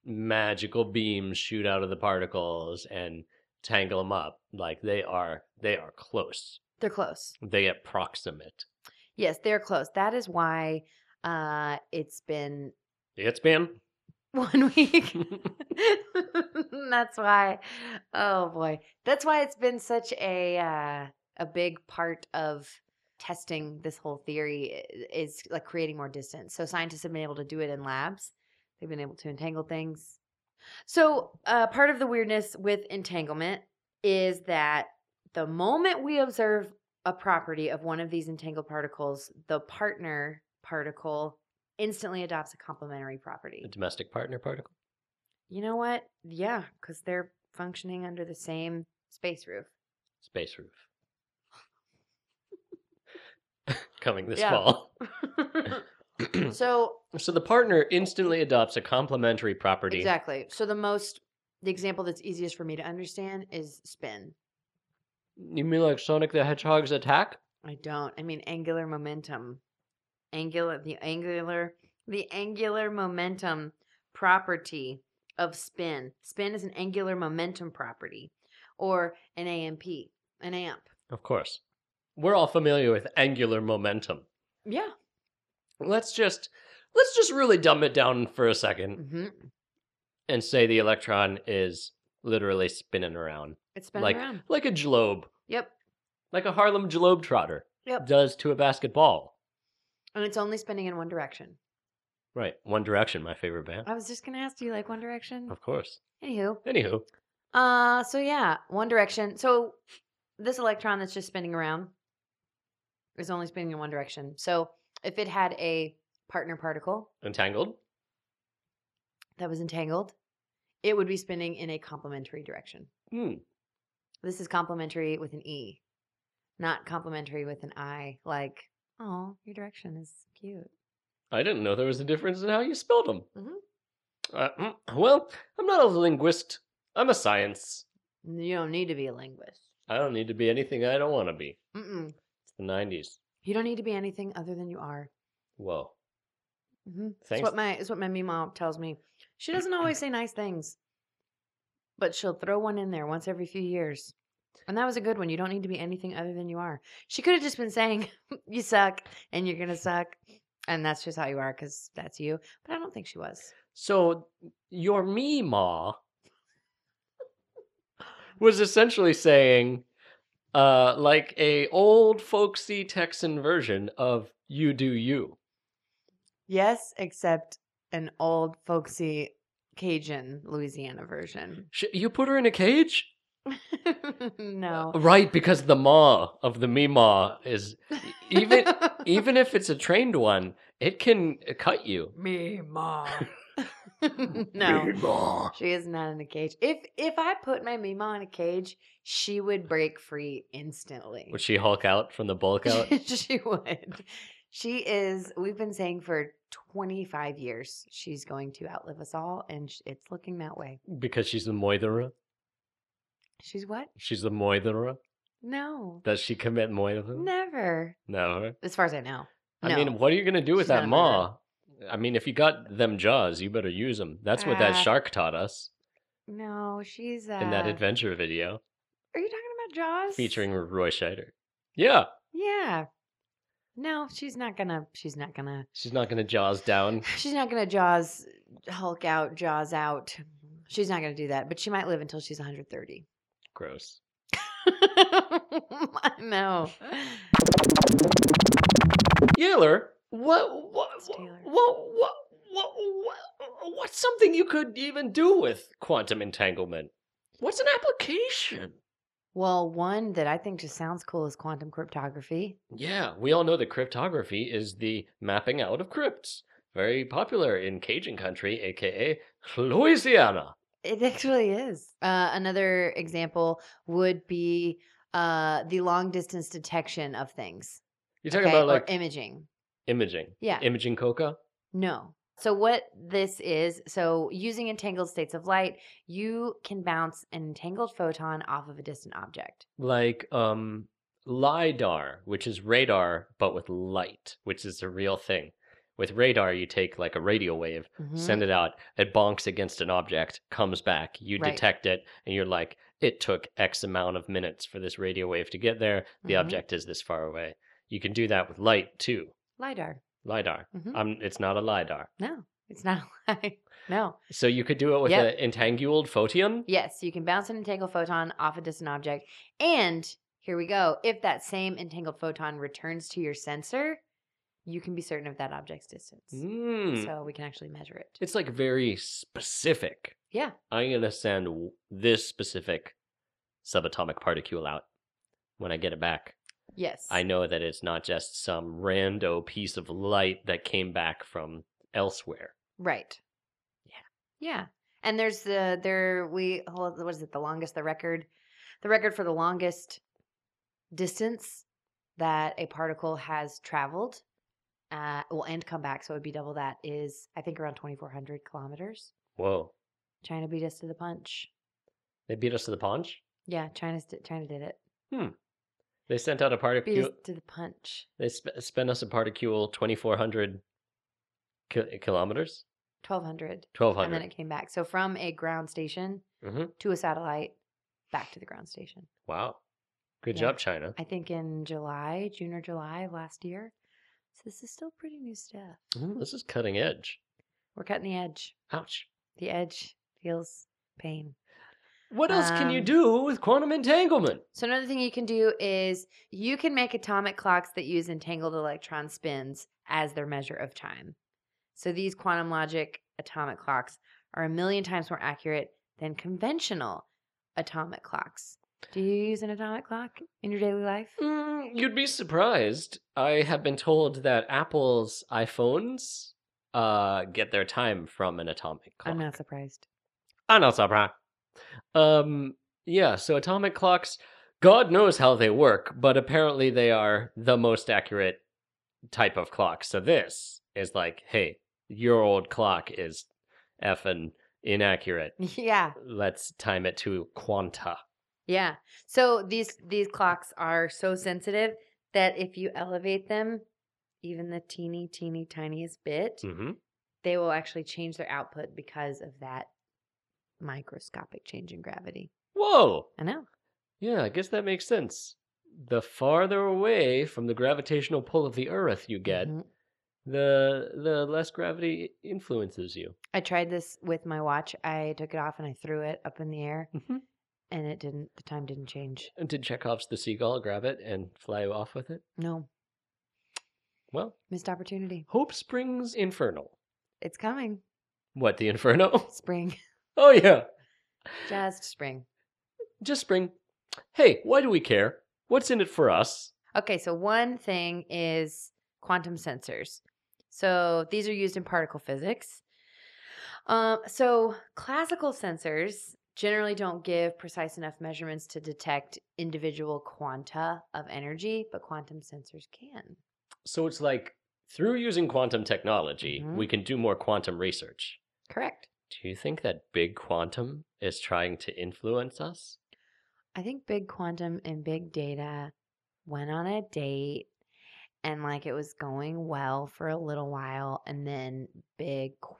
S1: magical beams shoot out of the particles and tangle them up. Like they are, they are close.
S2: They're close.
S1: They get proximate.
S2: Yes, they're close. That is why uh, it's been
S1: It's been
S2: one week. that's why. Oh boy, that's why it's been such a uh, a big part of testing this whole theory i- is like creating more distance. So scientists have been able to do it in labs. They've been able to entangle things. So uh, part of the weirdness with entanglement is that the moment we observe a property of one of these entangled particles, the partner particle instantly adopts a complementary property.
S1: a domestic partner particle.
S2: You know what? Yeah, because they're functioning under the same space roof.
S1: Space roof. Coming this
S2: Yeah.
S1: fall.
S2: so
S1: so the partner instantly adopts a complementary property.
S2: exactly. So the most the example that's easiest for me to understand is spin.
S1: You mean like Sonic the Hedgehog's attack?
S2: I don't. I mean angular momentum. Angular the angular the angular momentum property of spin. Spin is an angular momentum property or an AMP, an amp.
S1: Of course. We're all familiar with angular momentum.
S2: Yeah.
S1: let's just let's just really dumb it down for a second
S2: hmm
S1: and say the electron is literally spinning around
S2: It's spinning
S1: like
S2: around.
S1: like a globe
S2: Yep.
S1: like a harlem globetrotter
S2: Yep.
S1: does to a basketball
S2: And it's only spinning in one direction.
S1: Right. One Direction, my favorite band.
S2: I was just gonna ask, do you like One Direction?
S1: Of course.
S2: Anywho,
S1: Anywho,
S2: uh, so yeah, One Direction. So this electron that's just spinning around is only spinning in one direction. So if it had a partner particle
S1: Entangled.
S2: that was entangled, it would be spinning in a complementary direction.
S1: Hmm.
S2: This is complementary with an E, not complementary with an I. Like, oh, your direction is cute.
S1: I didn't know there was a difference in how you spelled them.
S2: Mhm.
S1: Uh, mm, well, I'm not a linguist. I'm a science.
S2: You don't need to be a linguist.
S1: I don't need to be anything I don't want to be.
S2: Mm-mm.
S1: It's the 90s.
S2: You don't need to be anything other than you are.
S1: Whoa.
S2: Mm-hmm. That's
S1: Thanks.
S2: what my is what my mom tells me. She doesn't always say nice things, but she'll throw one in there once every few years. And that was a good one. You don't need to be anything other than you are. She could have just been saying, "You suck, and you're gonna suck," and that's just how you are because that's you. But I don't think she was.
S1: So, your me ma was essentially saying, uh, like a old folksy Texan version of "You do you."
S2: Yes, except an old folksy Cajun Louisiana version.
S1: Sh- you put her in a cage,
S2: no,
S1: right? Because the ma of the me ma is e, even even if it's a trained one, it can uh, cut you.
S2: me, ma. no.
S1: ma.
S2: She is not in a cage. If if I put my Mima in a cage, she would break free instantly.
S1: Would she Hulk out from the bulk out?
S2: she would. She is. We've been saying for 25 years she's going to outlive us all, and sh- it's looking that way.
S1: because she's the moithera.
S2: She's what?
S1: She's the moithera.
S2: No,
S1: Does she commit moithera?
S2: never.
S1: No.
S2: As far as I know.
S1: I
S2: No.
S1: mean, what are you going to do with
S2: She's
S1: that
S2: not a murderer.
S1: maw? I mean, if you got them jaws, you better use them. That's what that
S2: Ah.
S1: shark taught us
S2: No, she's. Uh,
S1: in that adventure video
S2: Are you talking about Jaws?
S1: featuring Roy Scheider. Yeah,
S2: Yeah. No, she's not gonna. She's not gonna.
S1: she's not going to jaws down.
S2: She's not going to Jaws Hulk out, Jaws out. She's not going to do that, but she might live until she's 130.
S1: Gross.
S2: I know.
S1: Yaler, what what
S2: It's
S1: what,
S2: Taylor.
S1: what what what what what's something you could even do with quantum entanglement? What's an application?
S2: Well, one that I think just sounds cool is quantum cryptography.
S1: Yeah, we all know that cryptography is the mapping out of crypts. Very popular in Cajun country, aka Louisiana.
S2: It actually is. Uh, another example would be uh, the long distance detection of things.
S1: You're talking
S2: okay,
S1: about like
S2: or imaging.
S1: imaging.
S2: Yeah.
S1: Imaging coca?
S2: No. So what this is, so using entangled states of light, you can bounce an entangled photon off of a distant object.
S1: Like um LIDAR, which is radar, but with light, which is a real thing. With radar, you take like a radio wave,
S2: Mm-hmm.
S1: send it out, it bonks against an object, comes back, you
S2: Right.
S1: detect it, and you're like, it took X amount of minutes for this radio wave to get there. The
S2: Mhm.
S1: object is this far away. You can do that with light too.
S2: LiDAR.
S1: LiDAR.
S2: Mhm.
S1: Um, it's not a LiDAR.
S2: No, it's not a lie. No.
S1: So you could do it with
S2: Yep.
S1: an entangled photium?
S2: Yes, you can bounce an entangled photon off a distant object. And here we go. If that same entangled photon returns to your sensor, you can be certain of that object's distance.
S1: Mm.
S2: So we can actually measure it.
S1: It's like very specific.
S2: Yeah.
S1: I'm going to send w- this specific subatomic particle out. When I get it back,
S2: Yes.
S1: I know that it's not just some rando piece of light that came back from elsewhere.
S2: Right.
S1: Yeah.
S2: Yeah. And there's the there we hold what is it the longest the record the record for the longest distance that a particle has traveled uh well and come back so it would be double that is I think around 2400 kilometers.
S1: Whoa.
S2: China beat us to the punch.
S1: They beat us to the punch?
S2: Yeah, China's di- China did it.
S1: They sent out a
S2: Beat
S1: particule.
S2: us to the punch.
S1: They sp- spent us a particule 2,400 ki- kilometers?
S2: 1200 and then
S1: 1,200.
S2: it came back. So from a ground station
S1: Mhm.
S2: to a satellite back to the ground station.
S1: Wow. Good
S2: Yeah.
S1: job, China.
S2: I think in July, June or July of last year. So this is still pretty new stuff.
S1: Ooh, "Mm-hmm. this is cutting edge.
S2: We're cutting the edge.
S1: Ouch.
S2: The edge feels pain.
S1: What else can you
S2: Um,
S1: do with quantum entanglement?
S2: So another thing you can do is you can make atomic clocks that use entangled electron spins as their measure of time. So these quantum logic atomic clocks are a million times more accurate than conventional atomic clocks. Do you use an atomic clock in your daily life?
S1: Mm, you'd be surprised. I have been told that Apple's iPhones uh, get their time from an atomic clock.
S2: I'm not surprised.
S1: I'm Ah, not surprised. Um, yeah, so atomic clocks, God knows how they work, but apparently they are the most accurate type of clock. So this is like, hey, your old clock is effing inaccurate.
S2: Yeah.
S1: Let's time it to quanta.
S2: Yeah. So these these clocks are so sensitive that if you elevate them even the teeny teeny tiniest bit,
S1: hmm
S2: they will actually change their output because of that microscopic change in gravity.
S1: Whoa!
S2: I know.
S1: Yeah, I guess that makes sense. The farther away from the gravitational pull of the Earth you get,
S2: Mhm.
S1: the the less gravity influences you.
S2: I tried this with my watch. I took it off and I threw it up in the air
S1: Mhm.
S2: and it didn't the time didn't change.
S1: And Did Chekhov's The Seagull grab it and fly off with it?
S2: No.
S1: Well,
S2: Missed opportunity.
S1: Hope Springs Infernal.
S2: It's coming.
S1: What, the Inferno?
S2: Spring.
S1: Oh, yeah.
S2: Just spring.
S1: Just spring. Hey, why do we care? What's in it for us?
S2: Okay, so one thing is quantum sensors. So these are used in particle physics. Um, so classical sensors generally don't give precise enough measurements to detect individual quanta of energy, but quantum sensors can.
S1: So it's like through using quantum technology,
S2: Mhm.
S1: we can do more quantum research.
S2: Correct.
S1: Do you think that big quantum is trying to influence us?
S2: I think big quantum and big data went on a date and like it was going well for a little while and then big qu-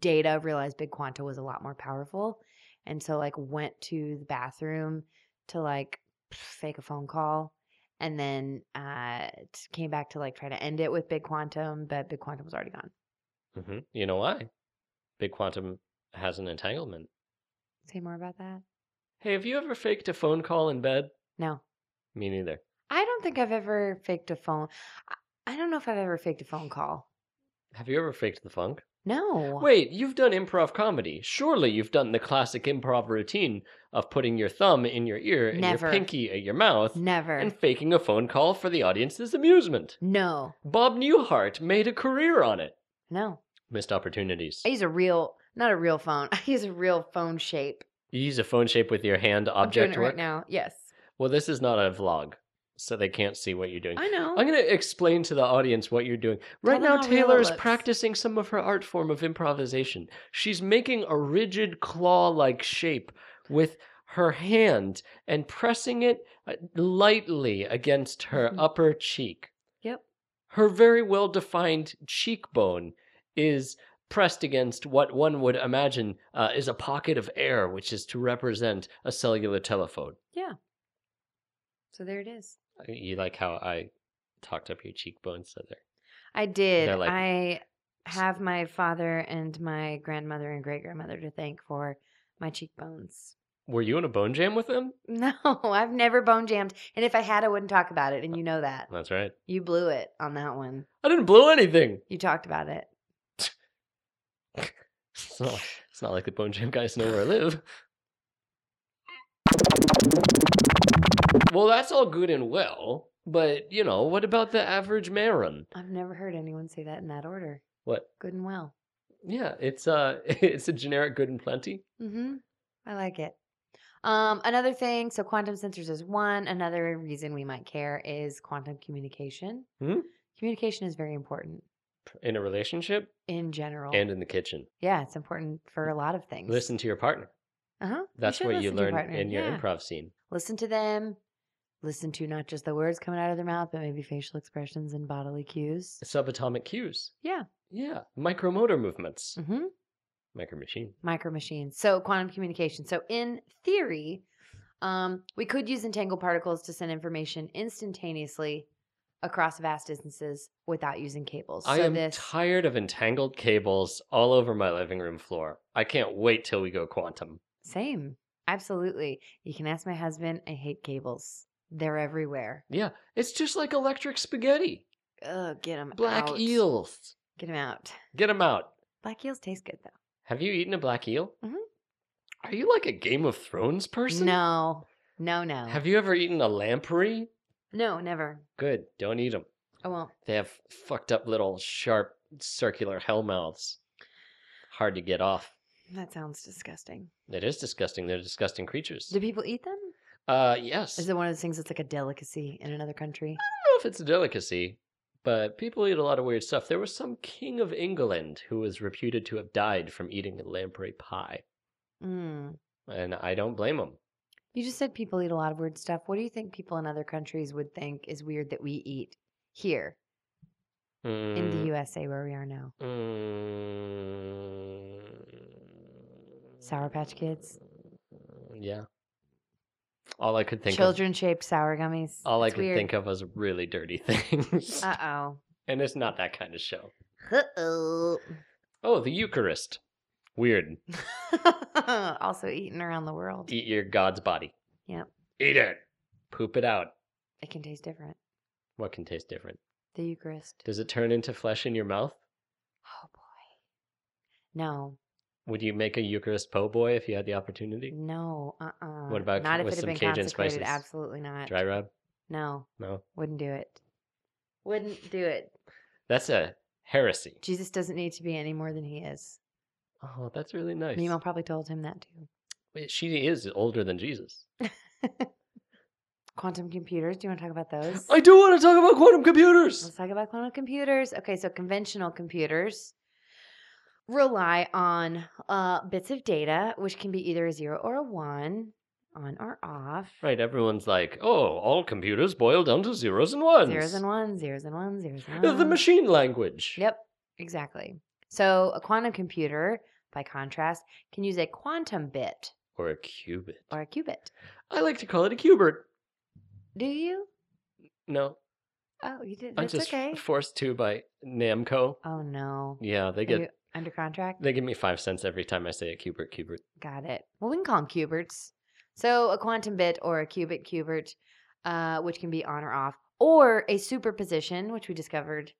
S2: data realized big quanta was a lot more powerful and so like went to the bathroom to like fake a phone call and then uh t- came back to like try to end it with big quantum but big quantum was already gone
S1: hmm You know why? Big quantum has an entanglement.
S2: say more about that
S1: Hey, have you ever faked a phone call in bed?
S2: no
S1: Me neither.
S2: i don't think i've ever faked a phone i, I don't know if i've ever faked a phone call
S1: Have you ever faked the funk?
S2: no
S1: Wait, you've done improv comedy. Surely you've done the classic improv routine of putting your thumb in your ear and
S2: Never.
S1: your pinky at your mouth
S2: Never.
S1: and faking a phone call for the audience's amusement.
S2: no,
S1: Bob Newhart made a career on it.
S2: no.
S1: Missed opportunities.
S2: I use a real, not a real phone. I use a real phone shape.
S1: You use a phone shape with your hand object
S2: I'm doing it
S1: work.
S2: right now. Yes,
S1: Well, this is not a vlog, so they can't see what you're doing.
S2: I know.
S1: I'm going to explain to the audience what you're doing. Right
S2: them
S1: now,
S2: how real it
S1: Taylor is
S2: looks.
S1: practicing some of her art form of improvisation. She's making a rigid claw like shape with her hand and pressing it uh, lightly against her
S2: Mhm.
S1: upper cheek.
S2: Yep.
S1: Her very well defined cheekbone is pressed against what one would imagine uh, is a pocket of air, which is to represent a cellular telephone.
S2: So there it is.
S1: You like how I talked up your cheekbones, so they're
S2: I did.
S1: They're like-
S2: I have my father and my grandmother and great grandmother to thank for my cheekbones.
S1: Were you in a bone jam with them?
S2: No, I've never bone jammed, and if I had, I wouldn't talk about it. And you know that.
S1: That's right.
S2: You blew it on that one.
S1: I didn't blow anything.
S2: You talked about it.
S1: It's not, it's not like the bone jam guys know where I live. Well, that's all good and well, but you know, what about the average Marin?
S2: I've never heard anyone say that in that order.
S1: What?
S2: Good and well.
S1: Yeah, it's uh it's a generic good and plenty.
S2: Mm-hmm. I like it. Um, another thing, so quantum sensors is one. Another reason we might care is quantum communication.
S1: Hmm?
S2: Communication is very important
S1: In a relationship
S2: in general.
S1: and in the kitchen.
S2: yeah, it's important for a lot of things.
S1: Listen to your partner.
S2: Uh-huh.
S1: That's
S2: should
S1: what you
S2: listen to your
S1: learn
S2: partner,
S1: in your
S2: yeah.
S1: improv scene.
S2: Listen to them. Listen to not just the words coming out of their mouth, but maybe facial expressions and bodily cues.
S1: Subatomic cues.
S2: Yeah.
S1: Yeah. Mm. Micromotor movements.
S2: Mm-hmm.
S1: Micro machine.
S2: micro machines. So quantum communication. So in theory, um, we could use entangled particles to send information instantaneously across vast distances without using cables.
S1: I
S2: so
S1: am
S2: this
S1: tired of entangled cables all over my living room floor. I can't wait till we go quantum.
S2: same. Absolutely. You can ask my husband. I hate cables. They're everywhere.
S1: Yeah, it's just like electric spaghetti.
S2: Ugh, get them
S1: Black
S2: out.
S1: eels.
S2: Get them out.
S1: Get them out.
S2: Black eels taste good though.
S1: Have you eaten a black eel?
S2: Mhm.
S1: Are you like a Game of Thrones person?
S2: No, no, no,
S1: Have you ever eaten a lamprey?
S2: no, never.
S1: Good. Don't eat them.
S2: I won't.
S1: They have fucked up little sharp circular hell mouths. Hard to get off.
S2: That sounds disgusting.
S1: It is disgusting. They're disgusting creatures.
S2: Do people eat them?
S1: Uh, yes.
S2: Is it one of those things that's like a delicacy in another
S1: I
S2: country?
S1: don't know if it's a delicacy, but people eat a lot of weird stuff. There was some king of England who was reputed to have died from eating a lamprey pie,
S2: Mm.
S1: and I don't blame him.
S2: You just said people eat a lot of weird stuff. What do you think people in other countries would think is weird that we eat here in
S1: Mm.
S2: the USA where we are now?
S1: Mm,
S2: Sour Patch Kids?
S1: Yeah. All I could think
S2: Children shaped sour gummies.
S1: of all I could think of was really dirty things,
S2: Uh oh.
S1: and it's not that kind of show.
S2: Uh oh.
S1: Oh, the Eucharist. Weird.
S2: also eaten around the world.
S1: Eat your God's body.
S2: Yep.
S1: Eat it. Poop it out.
S2: It can taste different.
S1: What can taste different?
S2: The Eucharist.
S1: Does it turn into flesh in your mouth?
S2: Oh boy. No,
S1: Would you make a Eucharist po' boy if you had the opportunity?
S2: no, uh, uh
S1: What about
S2: not if
S1: with
S2: it had
S1: some
S2: been
S1: Cajun
S2: consecrated?
S1: spices?
S2: Absolutely not.
S1: Dry rub?
S2: No,
S1: No.
S2: wouldn't do it. Wouldn't do it.
S1: That's a heresy.
S2: Jesus doesn't need to be any more than he is.
S1: Oh, that's really nice.
S2: Nemo probably told him that too.
S1: Wait, She is older than Jesus.
S2: Quantum computers. Do you want to talk about those?
S1: I do want to talk about quantum computers.
S2: Let's talk about quantum computers. Okay, so conventional computers rely on uh, bits of data, which can be either a zero or a one, on or off.
S1: Right, everyone's like, oh, all computers boil down to zeros and ones.
S2: Zeros and ones, zeros and ones, zeros and
S1: Uh,
S2: ones.
S1: The machine language.
S2: Yep, exactly. So a quantum computer, by contrast, can use a quantum bit
S1: Or a qubit.
S2: or a qubit.
S1: I like to call it a qubit.
S2: Do you?
S1: No,
S2: Oh, you did.
S1: I'm
S2: That's
S1: just
S2: okay.
S1: forced to by Namco.
S2: oh no.
S1: Yeah, they
S2: Are
S1: get
S2: you under contract.
S1: they give me five cents every time I say a qubit, qubit.
S2: Got it. Well, we can call them qubits. So a quantum bit or a qubit qubit, uh, which can be on or off, or a superposition, which we discovered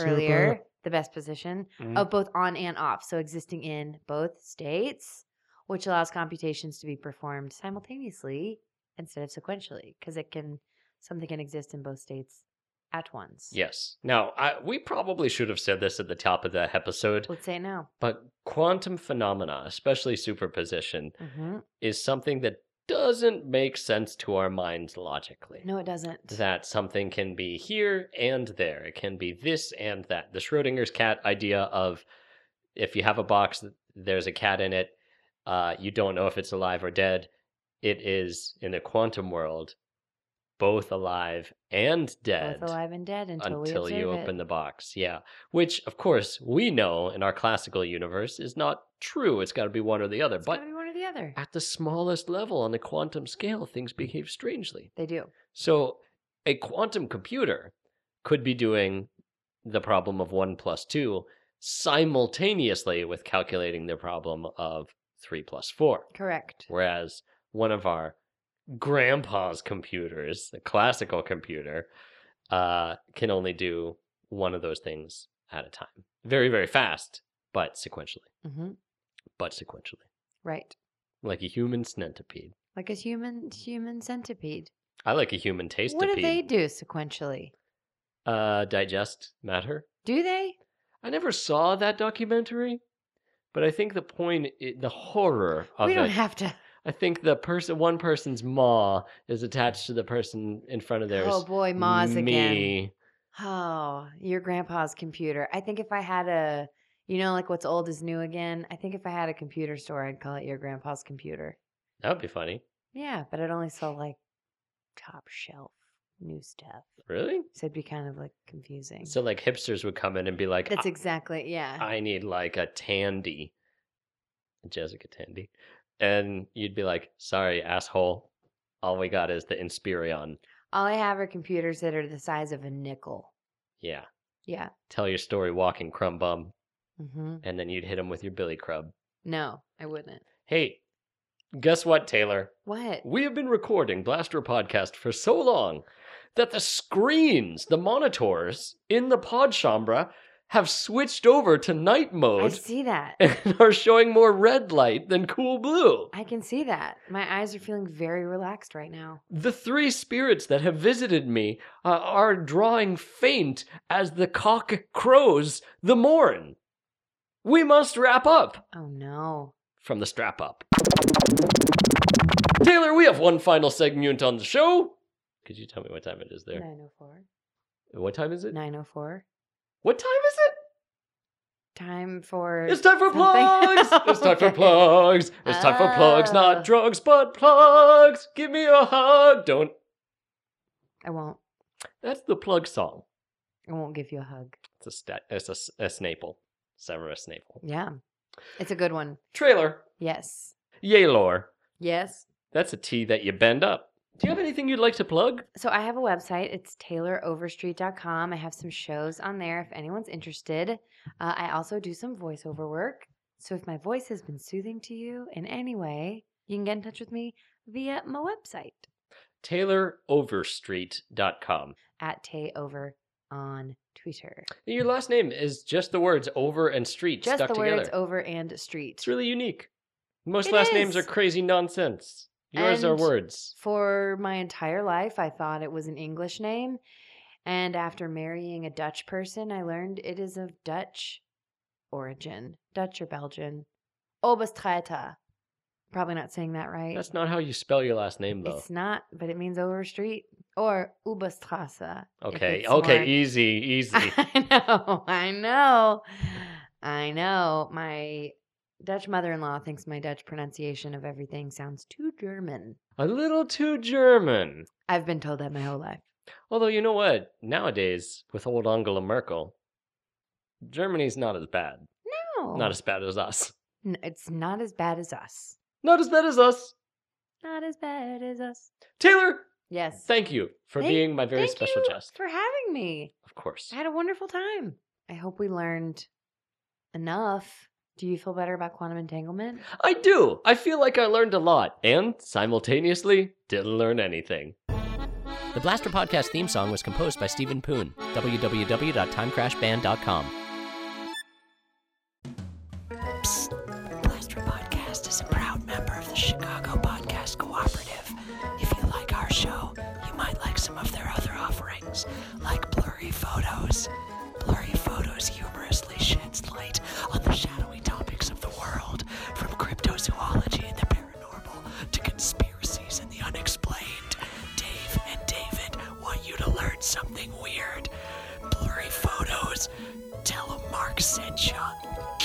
S2: earlier, the best position
S1: Super. Mm.
S2: of both on and off, so existing in both states, which allows computations to be performed simultaneously instead of sequentially, because it can something can exist in both states at once.
S1: Yes. Now, I, we probably should have said this at the top of the episode,
S2: Let's say no.
S1: but quantum phenomena, especially superposition,
S2: hmm
S1: is something that doesn't make sense to our minds logically.
S2: No, it doesn't.
S1: That something can be here and there. It can be this and that. The Schrodinger's cat idea of if you have a box, there's a cat in it, uh, you don't know if it's alive or dead. It is, in the quantum world, both alive and dead
S2: both alive and dead until,
S1: until
S2: we
S1: you
S2: observe
S1: open
S2: it.
S1: the box. Yeah. Which, of course, we know in our classical universe is not true. It's got to be one or the other.
S2: It's
S1: but
S2: gotta be one or the other.
S1: at the smallest level on the quantum scale, things behave strangely.
S2: They do.
S1: So a quantum computer could be doing the problem of one plus two simultaneously with calculating the problem of three plus four.
S2: Correct.
S1: Whereas one of our grandpa's computers, the classical computer, uh, can only do one of those things at a time. Very, very fast, but sequentially.
S2: hmm
S1: But sequentially.
S2: Right.
S1: Like a human centipede.
S2: Like a human human centipede.
S1: I like a human taste
S2: what do they do sequentially?
S1: uh, digest matter.
S2: Do they?
S1: I never saw that documentary, but I think the point, i- the horror of
S2: we don't
S1: it.
S2: have to.
S1: I think the person, one person's maw is attached to the person in front of theirs.
S2: oh boy, Moz again.
S1: me.
S2: Oh, your grandpa's computer. I think if I had a, you know, like what's old is new again. I think if I had a computer store, I'd call it your grandpa's computer.
S1: That would be funny.
S2: Yeah, but I'd only sell like top shelf new stuff.
S1: Really?
S2: So it'd be kind of like confusing.
S1: So like hipsters would come in and be like,
S2: Mm. That's
S1: I-,
S2: exactly, yeah.
S1: I need like a Tandy, Jessica Tandy, and you'd be like, sorry asshole, all we got is the Inspirion.
S2: All I have are computers that are the size of a nickel.
S1: Yeah.
S2: Yeah.
S1: Tell your story walking crumb bum,
S2: Mm-hmm.
S1: and then you'd hit him with your billy crub.
S2: No, I wouldn't.
S1: Hey, Guess what, Taylor?
S2: What?
S1: We have been recording Blaster Podcast for so long that the screens, the monitors in the pod chambre have switched over to night
S2: I
S1: mode
S2: see that.
S1: and are showing more red light than cool blue.
S2: I can see that. My eyes are feeling very relaxed right now.
S1: The three spirits that have visited me uh, are drawing faint as the cock crows the morn. We must wrap up.
S2: Oh no.
S1: from the strap up. Taylor, we have one final segment on the show. Could you tell me what time it is there?
S2: 904.
S1: What time is it?
S2: 904.
S1: What time is it?
S2: Time for
S1: It's time for
S2: Something-
S1: plugs. It's time for plugs. It's time for plugs,
S2: Oh.
S1: not drugs, but plugs. Give me a hug. Don't.
S2: I won't
S1: That's the plug song.
S2: I won't give you a hug.
S1: It's a stat. It's a, s- a Snaple. Severus Snaple.
S2: Yeah. It's a good one.
S1: Trailer.
S2: Yes.
S1: Yay, lore.
S2: Yes.
S1: That's a T that you bend up. Do you have anything you'd like to plug?
S2: So I have a website. It's tayloroverstreet.com. I have some shows on there if anyone's interested. Uh, I also do some voiceover work. So if my voice has been soothing to you in any way, you can get in touch with me via my website
S1: TaylorOverstreet.com.
S2: at tayover on Twitter.
S1: Your last name is just the words over and street
S2: Just
S1: stuck
S2: the
S1: together.
S2: words over and street.
S1: It's really unique. Most
S2: It
S1: last names are
S2: is.
S1: crazy nonsense. Yours are
S2: And-
S1: words.
S2: For my entire life, I thought it was an English name. And after marrying a Dutch person, I learned it is of Dutch origin, Dutch or Belgian. Oberstraita. Probably not saying that right.
S1: That's not how you spell your last name, though.
S2: it's not, but it means over street or Uberstrasse. if
S1: okay,
S2: it's
S1: okay,
S2: more-
S1: easy, easy.
S2: I know, I know, I know. My Dutch mother in law thinks my Dutch pronunciation of everything sounds too German.
S1: a little too German.
S2: I've been told that my whole life.
S1: Although, you know what? Nowadays, with old Angela Merkel, Germany's not as bad.
S2: No.
S1: Not as bad as us.
S2: N- It's not as bad as us.
S1: Not as bad as us.
S2: Not as bad as us.
S1: Taylor,
S2: Yes.
S1: thank you for
S2: Thank-
S1: being my very
S2: Thank
S1: special
S2: you
S1: guest.
S2: for having me.
S1: Of course.
S2: I had a wonderful time. I hope we learned enough. Do you feel better about quantum entanglement?
S1: I do. I feel like I learned a lot and simultaneously didn't learn anything. The Blaster Podcast theme song was composed by Stephen Poon, www.timecrashband.com.
S3: Blaster Podcast is a proud member of the Chicago Podcast Cooperative. If you like our show, you might like some of their other offerings, like Blurry Photos. Blurry Photos humorously sheds light on the shadowy topics of the world, from cryptozoology and the paranormal to conspiracies and the unexplained. Dave and David want you to learn something weird. Blurry Photos. Tell 'em Mark sent ya.